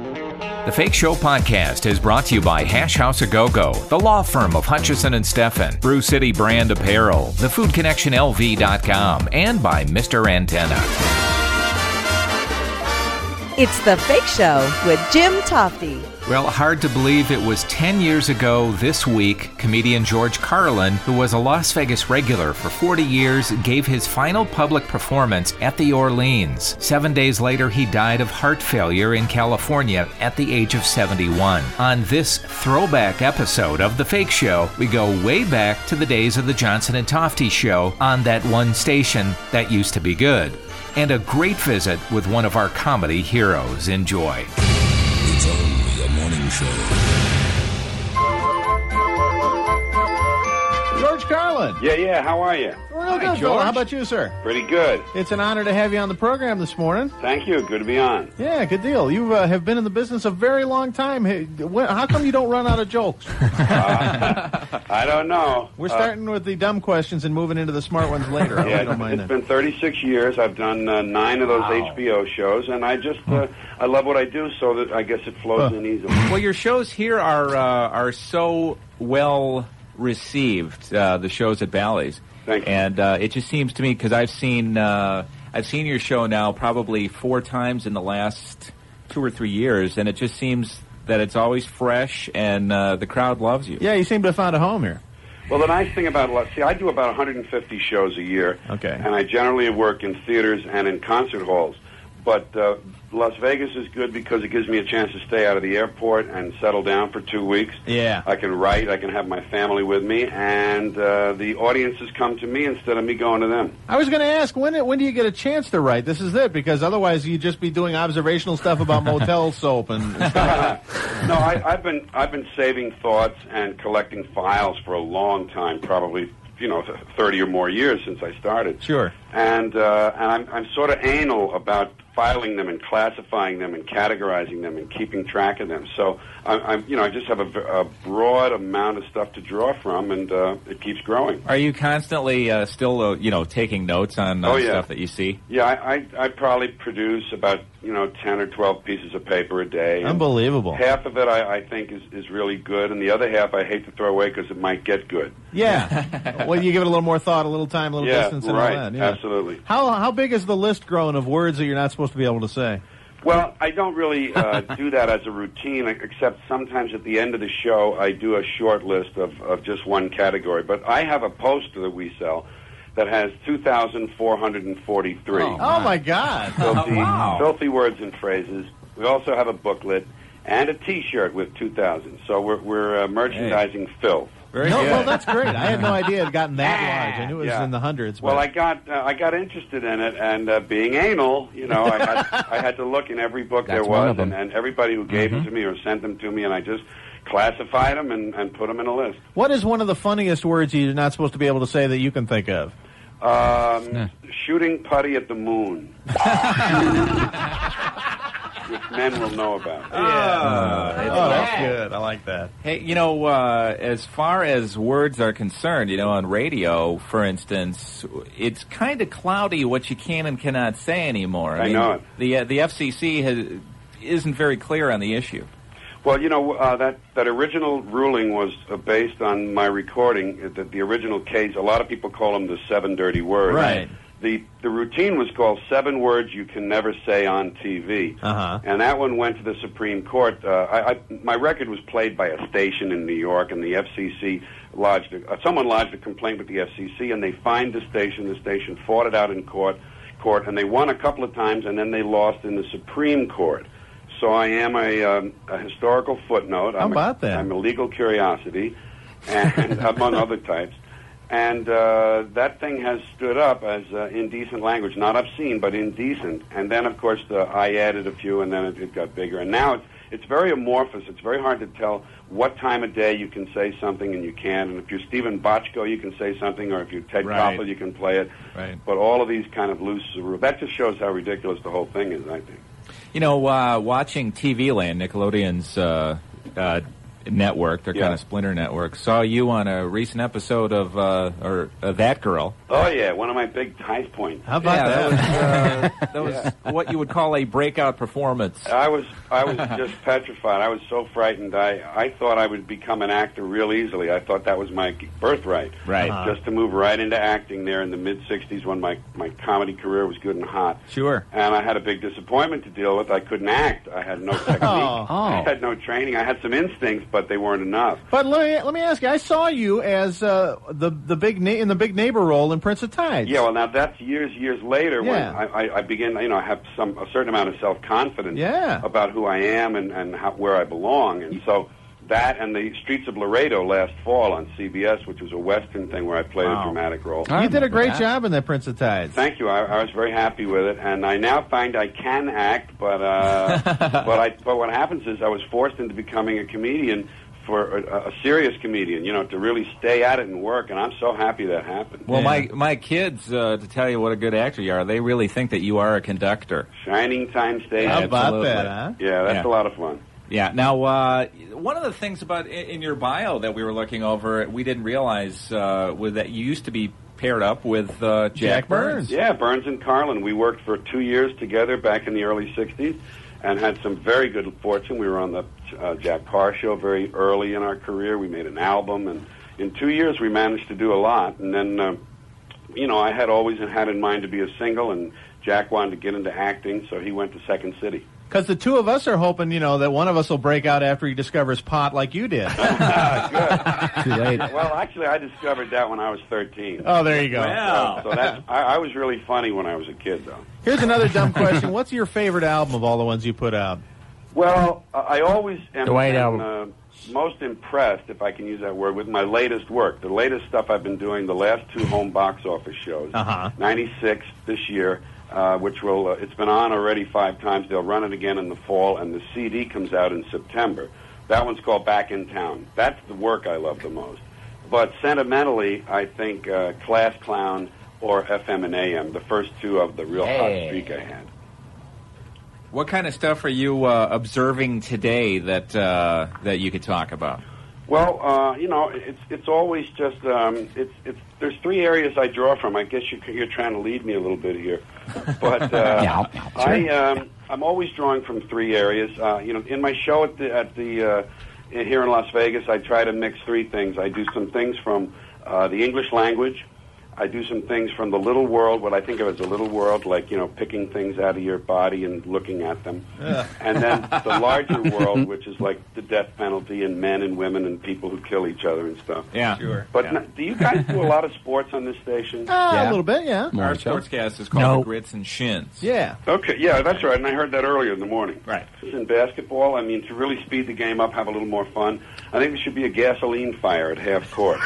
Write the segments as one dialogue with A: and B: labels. A: The Fake Show podcast is brought to you by Hash House A Go Go, the law firm of Hutchison and Steffen, Brew City Brand Apparel, the thefoodconnectionlv.com, and by Mr. Antenna.
B: It's The Fake Show with Jim Toffee.
A: Well, hard to believe it was 10 years ago this week, comedian George Carlin, who was a Las Vegas regular for 40 years, gave his final public performance at the Orleans. Seven days later, he died of heart failure in California at the age of 71. On this throwback episode of The Fake Show, we go way back to the days of the Johnson and Tofty show on that one station that used to be good. And a great visit with one of our comedy heroes. Enjoy.
C: It's only a morning show.
D: George Carlin.
E: Yeah, yeah. How are you?
D: We're real good, Bill.
E: George.
D: How about you, sir?
E: Pretty good.
D: It's an honor to have you on the program this morning.
E: Thank you. Good to be on.
D: Yeah, good deal. You uh, have been in the business a very long time. Hey, wh- How come you don't run out of jokes?
E: I don't know.
D: We're
E: Uh,
D: starting with the dumb questions and moving into the smart ones later. I hope
E: yeah,
D: you don't mind
E: it's
D: that.
E: been 36 years. I've done uh, nine of those HBO shows, and I just uh, I love what I do, so that I guess it flows in easily.
F: Well, your shows here are uh, are so well received. Uh, the shows at Bally's,
E: Thank you.
F: and uh, it just seems to me because I've seen uh, I've seen your show now probably four times in the last two or three years, and it just seems that it's always fresh and uh, the crowd loves you.
D: Yeah, you seem to have found a home here.
E: Well, the nice thing about see, I do about 150 shows a year,
D: Okay.
E: and I generally work in theaters and in concert halls. But uh, Las Vegas is good because it gives me a chance to stay out of the airport and settle down for two weeks.
D: Yeah.
E: I can write, I can have my family with me, and uh, the audiences come to me instead of me going to them.
D: I was going to ask when when do you get a chance to write? This is it because otherwise you'd just be doing observational stuff about motel soap and stuff.
E: No, I, I've been I've been saving thoughts and collecting files for a long time, probably you know th- thirty or more years since I started.
D: Sure.
E: And uh, and I'm I'm sort of anal about filing them and classifying them and categorizing them and keeping track of them. So I'm, I'm you know I just have a, v- a broad amount of stuff to draw from, and uh, it keeps growing.
F: Are you constantly uh, still uh, you know taking notes on uh,
E: Oh, yeah.
F: stuff that you see?
E: Yeah, I, I I probably produce about you know ten or twelve pieces of paper a day. and
D: Unbelievable.
E: Half of it I, I think is, is really good, and the other half I hate to throw away because it might get good.
D: Yeah. well, you give it a little more thought, a little time, a little
E: yeah,
D: distance, and
E: right.
D: all that. Yeah.
E: Absolutely.
D: How how big is the list grown of words that you're not supposed to be able to say?
E: Well, I don't really uh, do that as a routine, except sometimes at the end of the show, I do a short list of, of just one category. But I have a poster that we sell that has 2,443.
D: Oh my God.
E: filthy,
F: Wow.
E: filthy words and phrases. We also have a booklet and a T-shirt with 2,000. So we're, we're uh, merchandising filth.
F: Very
D: No,
F: good.
D: well, that's great. I had no idea it had gotten that large. I knew it was
E: Yeah.
D: in the hundreds.
E: Well, I
D: but-
E: got uh, I got interested in it, and uh, being anal, you know, I had, I had to look in every book there
F: That's one
E: was,
F: of
E: and,
F: them.
E: and everybody who gave them to me or sent them to me, and I just classified them and, and put them in a list.
D: what is one of the funniest words you're not supposed to be able to say that you can think of?
E: Um, Shooting putty at the moon, which men will know about.
D: oh, that's good. I like that.
F: Hey, you know, uh, as far as words are concerned, you know, on radio, for instance, it's kind of cloudy what you can and cannot say anymore.
E: I know it.
F: The uh, the FCC has, isn't very clear on the issue.
E: Well, you know uh, that that original ruling was uh, based on my recording. uh, That the original case, a lot of people call them the seven dirty words.
F: Right.
E: The the routine was called seven words you can never say on TV.
D: Uh-huh.
E: And that one went to the Supreme Court. Uh, I, I my record was played by a station in New York, and the FCC lodged a, uh, someone lodged a complaint with the FCC, and they fined the station. The station fought it out in court, court, and they won a couple of times, and then they lost in the Supreme Court. So I am a, um, a historical footnote. I'm
D: about
E: a,
D: that?
E: I'm a legal curiosity, and among other types. And uh, that thing has stood up as uh, indecent language, not obscene, but indecent. And then, of course, the, I added a few, and then it, it got bigger. And now it's it's very amorphous. It's very hard to tell what time of day you can say something and you can't. And if you're Stephen Bochco, you can say something, or if you're Ted
F: Right.
E: Koppel, you can play it.
F: Right.
E: But all of these kind of loose rules. That just shows how ridiculous the whole thing is, I think.
F: You know, uh, watching TV Land, Nickelodeon's uh, uh, network. They're kind
E: Yeah.
F: of splinter networks. Saw you on a recent episode of uh, or uh, that girl.
E: Oh yeah, one of my big high points.
D: How about that?
F: that was, uh, that was what you would call a breakout performance.
E: I was I was just petrified. I was so frightened. I I thought I would become an actor real easily. I thought that was my birthright.
F: Right. Uh-huh.
E: Just to move right into acting there in the mid '60s when my my comedy career was good and hot.
F: Sure.
E: And I had a big disappointment to deal with. I couldn't act. I had no technique. I had no training. I had some instincts, but they weren't enough.
D: But let me let me ask you. I saw you as uh, the the big na- in the big neighbor role in Prince of Tides.
E: Yeah, well, now that's years, years later
D: Yeah.
E: when I, I, I begin, you know, I have some a certain amount of self confidence
D: Yeah.
E: about who I am and and how, where I belong, and so that and the Streets of Laredo last fall on CBS, which was a Western thing where I played
F: Wow.
E: a dramatic role.
F: I
D: you did a
F: remember
D: great
F: that.
D: job in that Prince of Tides.
E: Thank you. I, I was very happy with it, and I now find I can act, but uh, but I but what happens is I was forced into becoming a comedian. For uh, a, a serious comedian, you know, to really stay at it and work, and I'm so happy that happened.
F: Well,
D: Yeah.
F: my my kids, uh, to tell you what a good actor you are, they really think that you are a conductor.
E: Shining time stage.
D: How about
F: Absolutely.
D: that? Huh?
E: Yeah, that's a
F: Yeah.
E: lot of fun.
F: Yeah. Now, uh, one of the things about i- in your bio that we were looking over, we didn't realize uh, was that you used to be paired up with uh, Jack,
D: Jack Burns.
E: Yeah, Burns and Carlin. We worked for two years together back in the early '60s, and had some very good fortune. We were on the uh, Jack Carr show very early in our career. We made an album, and in two years we managed to do a lot. And then, uh, you know, I had always had in mind to be a single, and Jack wanted to get into acting, so he went to Second City.
D: Because the two of us are hoping, you know, that one of us will break out after he discovers pot like you did.
G: Too late.
E: Well, actually, I discovered that when I was 13.
D: oh, there you go.
F: Wow.
E: So that's, I, I was really funny when I was a kid, though.
D: Here's another dumb question. What's your favorite album of all the ones you put out?
E: Well, I I always am,
G: The White Album.
E: am, uh, most impressed, if I can use that word, with my latest work. The latest stuff I've been doing, the last two home box office shows,
D: Uh-huh.
E: 96 this year, uh, which will, uh, it's been on already five times. They'll run it again in the fall, and the CD comes out in September. That one's called Back in Town. That's the work I love the most. But sentimentally, I think uh, Class Clown or FM and AM, the first two of the real
F: Hey.
E: hot streak I had.
F: What kind of stuff are you uh, observing today that uh, that you could talk about?
E: Well, uh, you know, it's it's always just um, it's it's there's three areas I draw from. I guess you, you're trying to lead me a little bit here, but uh,
G: Yeah, yeah, sure.
E: I um, I'm always drawing from three areas. Uh, you know, in my show at the at the uh, in- here in Las Vegas, I try to mix three things. I do some things from uh, the English language. I do some things from the little world, what I think of as the little world, like you know, picking things out of your body and looking at them, and then the larger world, which is like the death penalty and men and women and people who kill each other and stuff.
F: Yeah.
E: But n- do you guys do a lot of sports on this station?
D: Ah,
G: Yeah.
D: A little bit, yeah.
F: Our
G: Morning show.
F: sportscast is called
G: No.
F: Grits and Shins.
D: Yeah.
E: Okay, yeah, that's right. And I heard that earlier in the morning.
F: Right.
E: In basketball, I mean, to really speed the game up, have a little more fun, I think there should be a gasoline fire at half court.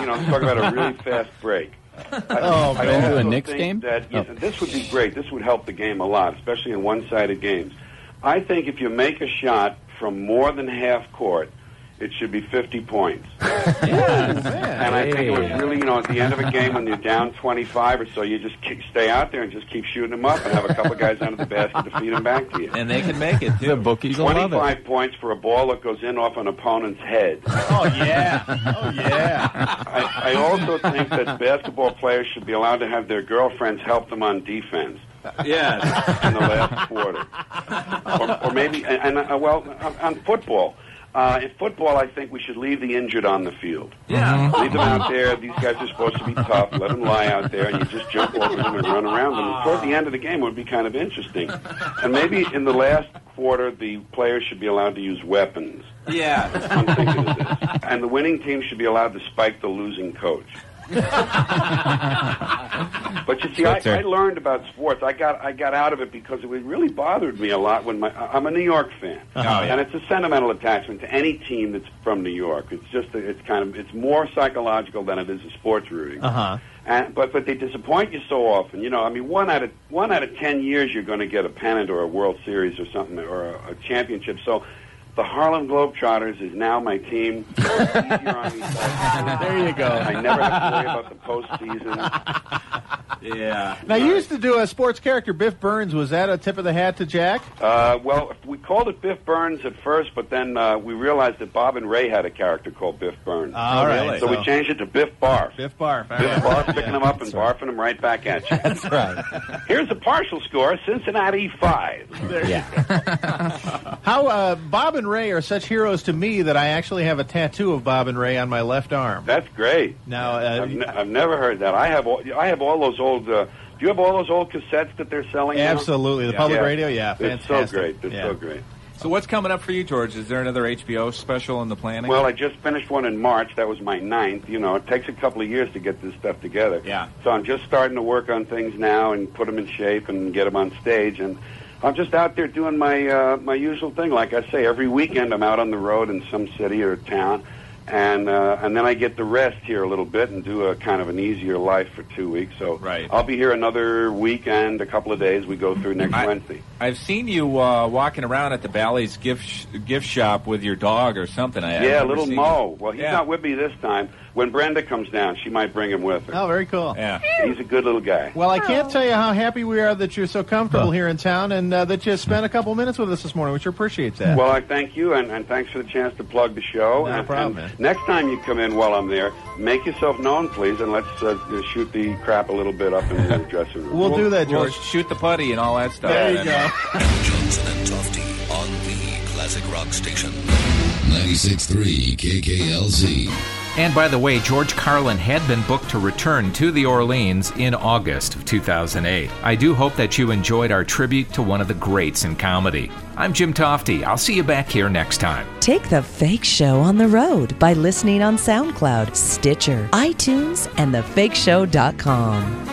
E: you know, talk about a really fast break.
D: Oh,
E: I
D: man.
G: do a
E: also
G: Knicks
E: think
G: game?
E: That, you
G: Oh.
E: know, This would be great. This would help the game a lot, especially in one-sided games. I think if you make a shot from more than half court, it should be 50 points. And I think it was really, you know, at the end of a game when you're down 25 or so, you just keep, stay out there and just keep shooting them up and have a couple guys under the basket to feed them back to you.
F: And they can make it
G: The
F: too.
G: bookies will love it.
E: 25 points for a ball that goes in off an opponent's head.
D: Oh, yeah. Oh, yeah.
E: I, I also think that basketball players should be allowed to have their girlfriends help them on defense
F: yeah.
E: in the last quarter, or, or maybe. And, and uh, well, on, on football, uh, in football, I think we should leave the injured on the field.
F: Yeah.
E: Leave them out there. These guys are supposed to be tough. Let them lie out there, and you just jump over them and run around them. And toward the end of the game, it would be kind of interesting. And maybe in the last quarter, the players should be allowed to use weapons.
F: Yeah.
E: I'm thinking of this. And the winning team should be allowed to spike the losing coach. but you see, I, I learned about sports. I got I got out of it because it really bothered me a lot. When my I- I'm a New York fan,
D: Oh,
F: yeah.
E: and it's a sentimental attachment to any team that's from New York. It's just a, it's kind of it's more psychological than it is a sports rooting.
D: Uh-huh.
E: And, but but they disappoint you so often. You know, I mean, one out of one out of ten years, you're going to get a pennant or a World Series or something or a, a championship. So The Harlem Globetrotters is now my team. there
D: you go.
E: I never have to worry about the postseason.
F: Yeah.
D: Now, you used to do a sports character, Biff Burns. Was that a tip of the hat to Jack?
E: Uh, well, we called it Biff Burns at first, but then uh, we realized that Bob and Ray had a character called Biff Burns.
D: Ah, All right,
E: So,
D: so-
E: we changed it to Biff Barf. Biff
D: Barf.
E: Biff Barf picking them up and barfing them right back at you. That's
H: right.
E: Here's the partial score Cincinnati 5.
H: Yeah.
D: How uh, Bob and Ray are such heroes to me that I actually have a tattoo of Bob and Ray on my left arm.
E: That's great.
D: Now, uh,
E: I've, ne- I've never heard that. I have all, I have all those old. Uh, do you have all those old cassettes that they're selling? now?
D: Absolutely. The public radio, yeah,
E: it's so
D: fantastic.
E: great. It's
D: Yeah.
E: so great.
F: So what's coming up for you, George? Is there another HBO special in the planning?
E: Well, I just finished one in March. That was my ninth. You know, it takes a couple of years to get this stuff together.
F: Yeah.
E: So I'm just starting to work on things now and put them in shape and get them on stage. And I'm just out there doing my uh, my usual thing. Like I say, every weekend I'm out on the road in some city or town, and uh, and then I get to rest here a little bit and do a kind of an easier life for two weeks. So
F: Right.
E: I'll be here another weekend, a couple of days. We go through next
F: I-
E: Wednesday.
F: I've seen you uh, walking around at the Bally's gift sh- gift shop with your dog or something. I I
E: yeah,
F: remember
E: little
F: seeing
E: Mo.
F: you.
E: Well, he's
F: Yeah.
E: not with me this time. When Brenda comes down, she might bring him with her.
D: Oh, very cool.
F: Yeah.
E: He's a good little guy.
D: Well, I can't tell you how happy we are that you're so comfortable here in town and uh, that you spent a couple minutes with us this morning. We sure appreciate that.
E: Well, I thank you, and, and thanks for the chance to plug the
D: No
E: show. and,
D: problem,
E: and
D: man.
E: Next time you come in while I'm there, make yourself known, please, and let's uh, uh, shoot the crap a little bit up in the dressing room.
D: We'll do that,
F: We'll
D: George.
F: shoot the putty and all that stuff.
D: There you
F: And-
D: go.
C: Johnson and Tofty on the Classic Rock Station.
A: 96.3 KKLZ. And by the way, George Carlin had been booked to return to the Orleans in August of 2008. I do hope that you enjoyed our tribute to one of the greats in comedy. I'm Jim Tofty. I'll see you back here next time.
B: Take the Fake Show on the road by listening on SoundCloud, Stitcher, iTunes, and thefakeshow.com.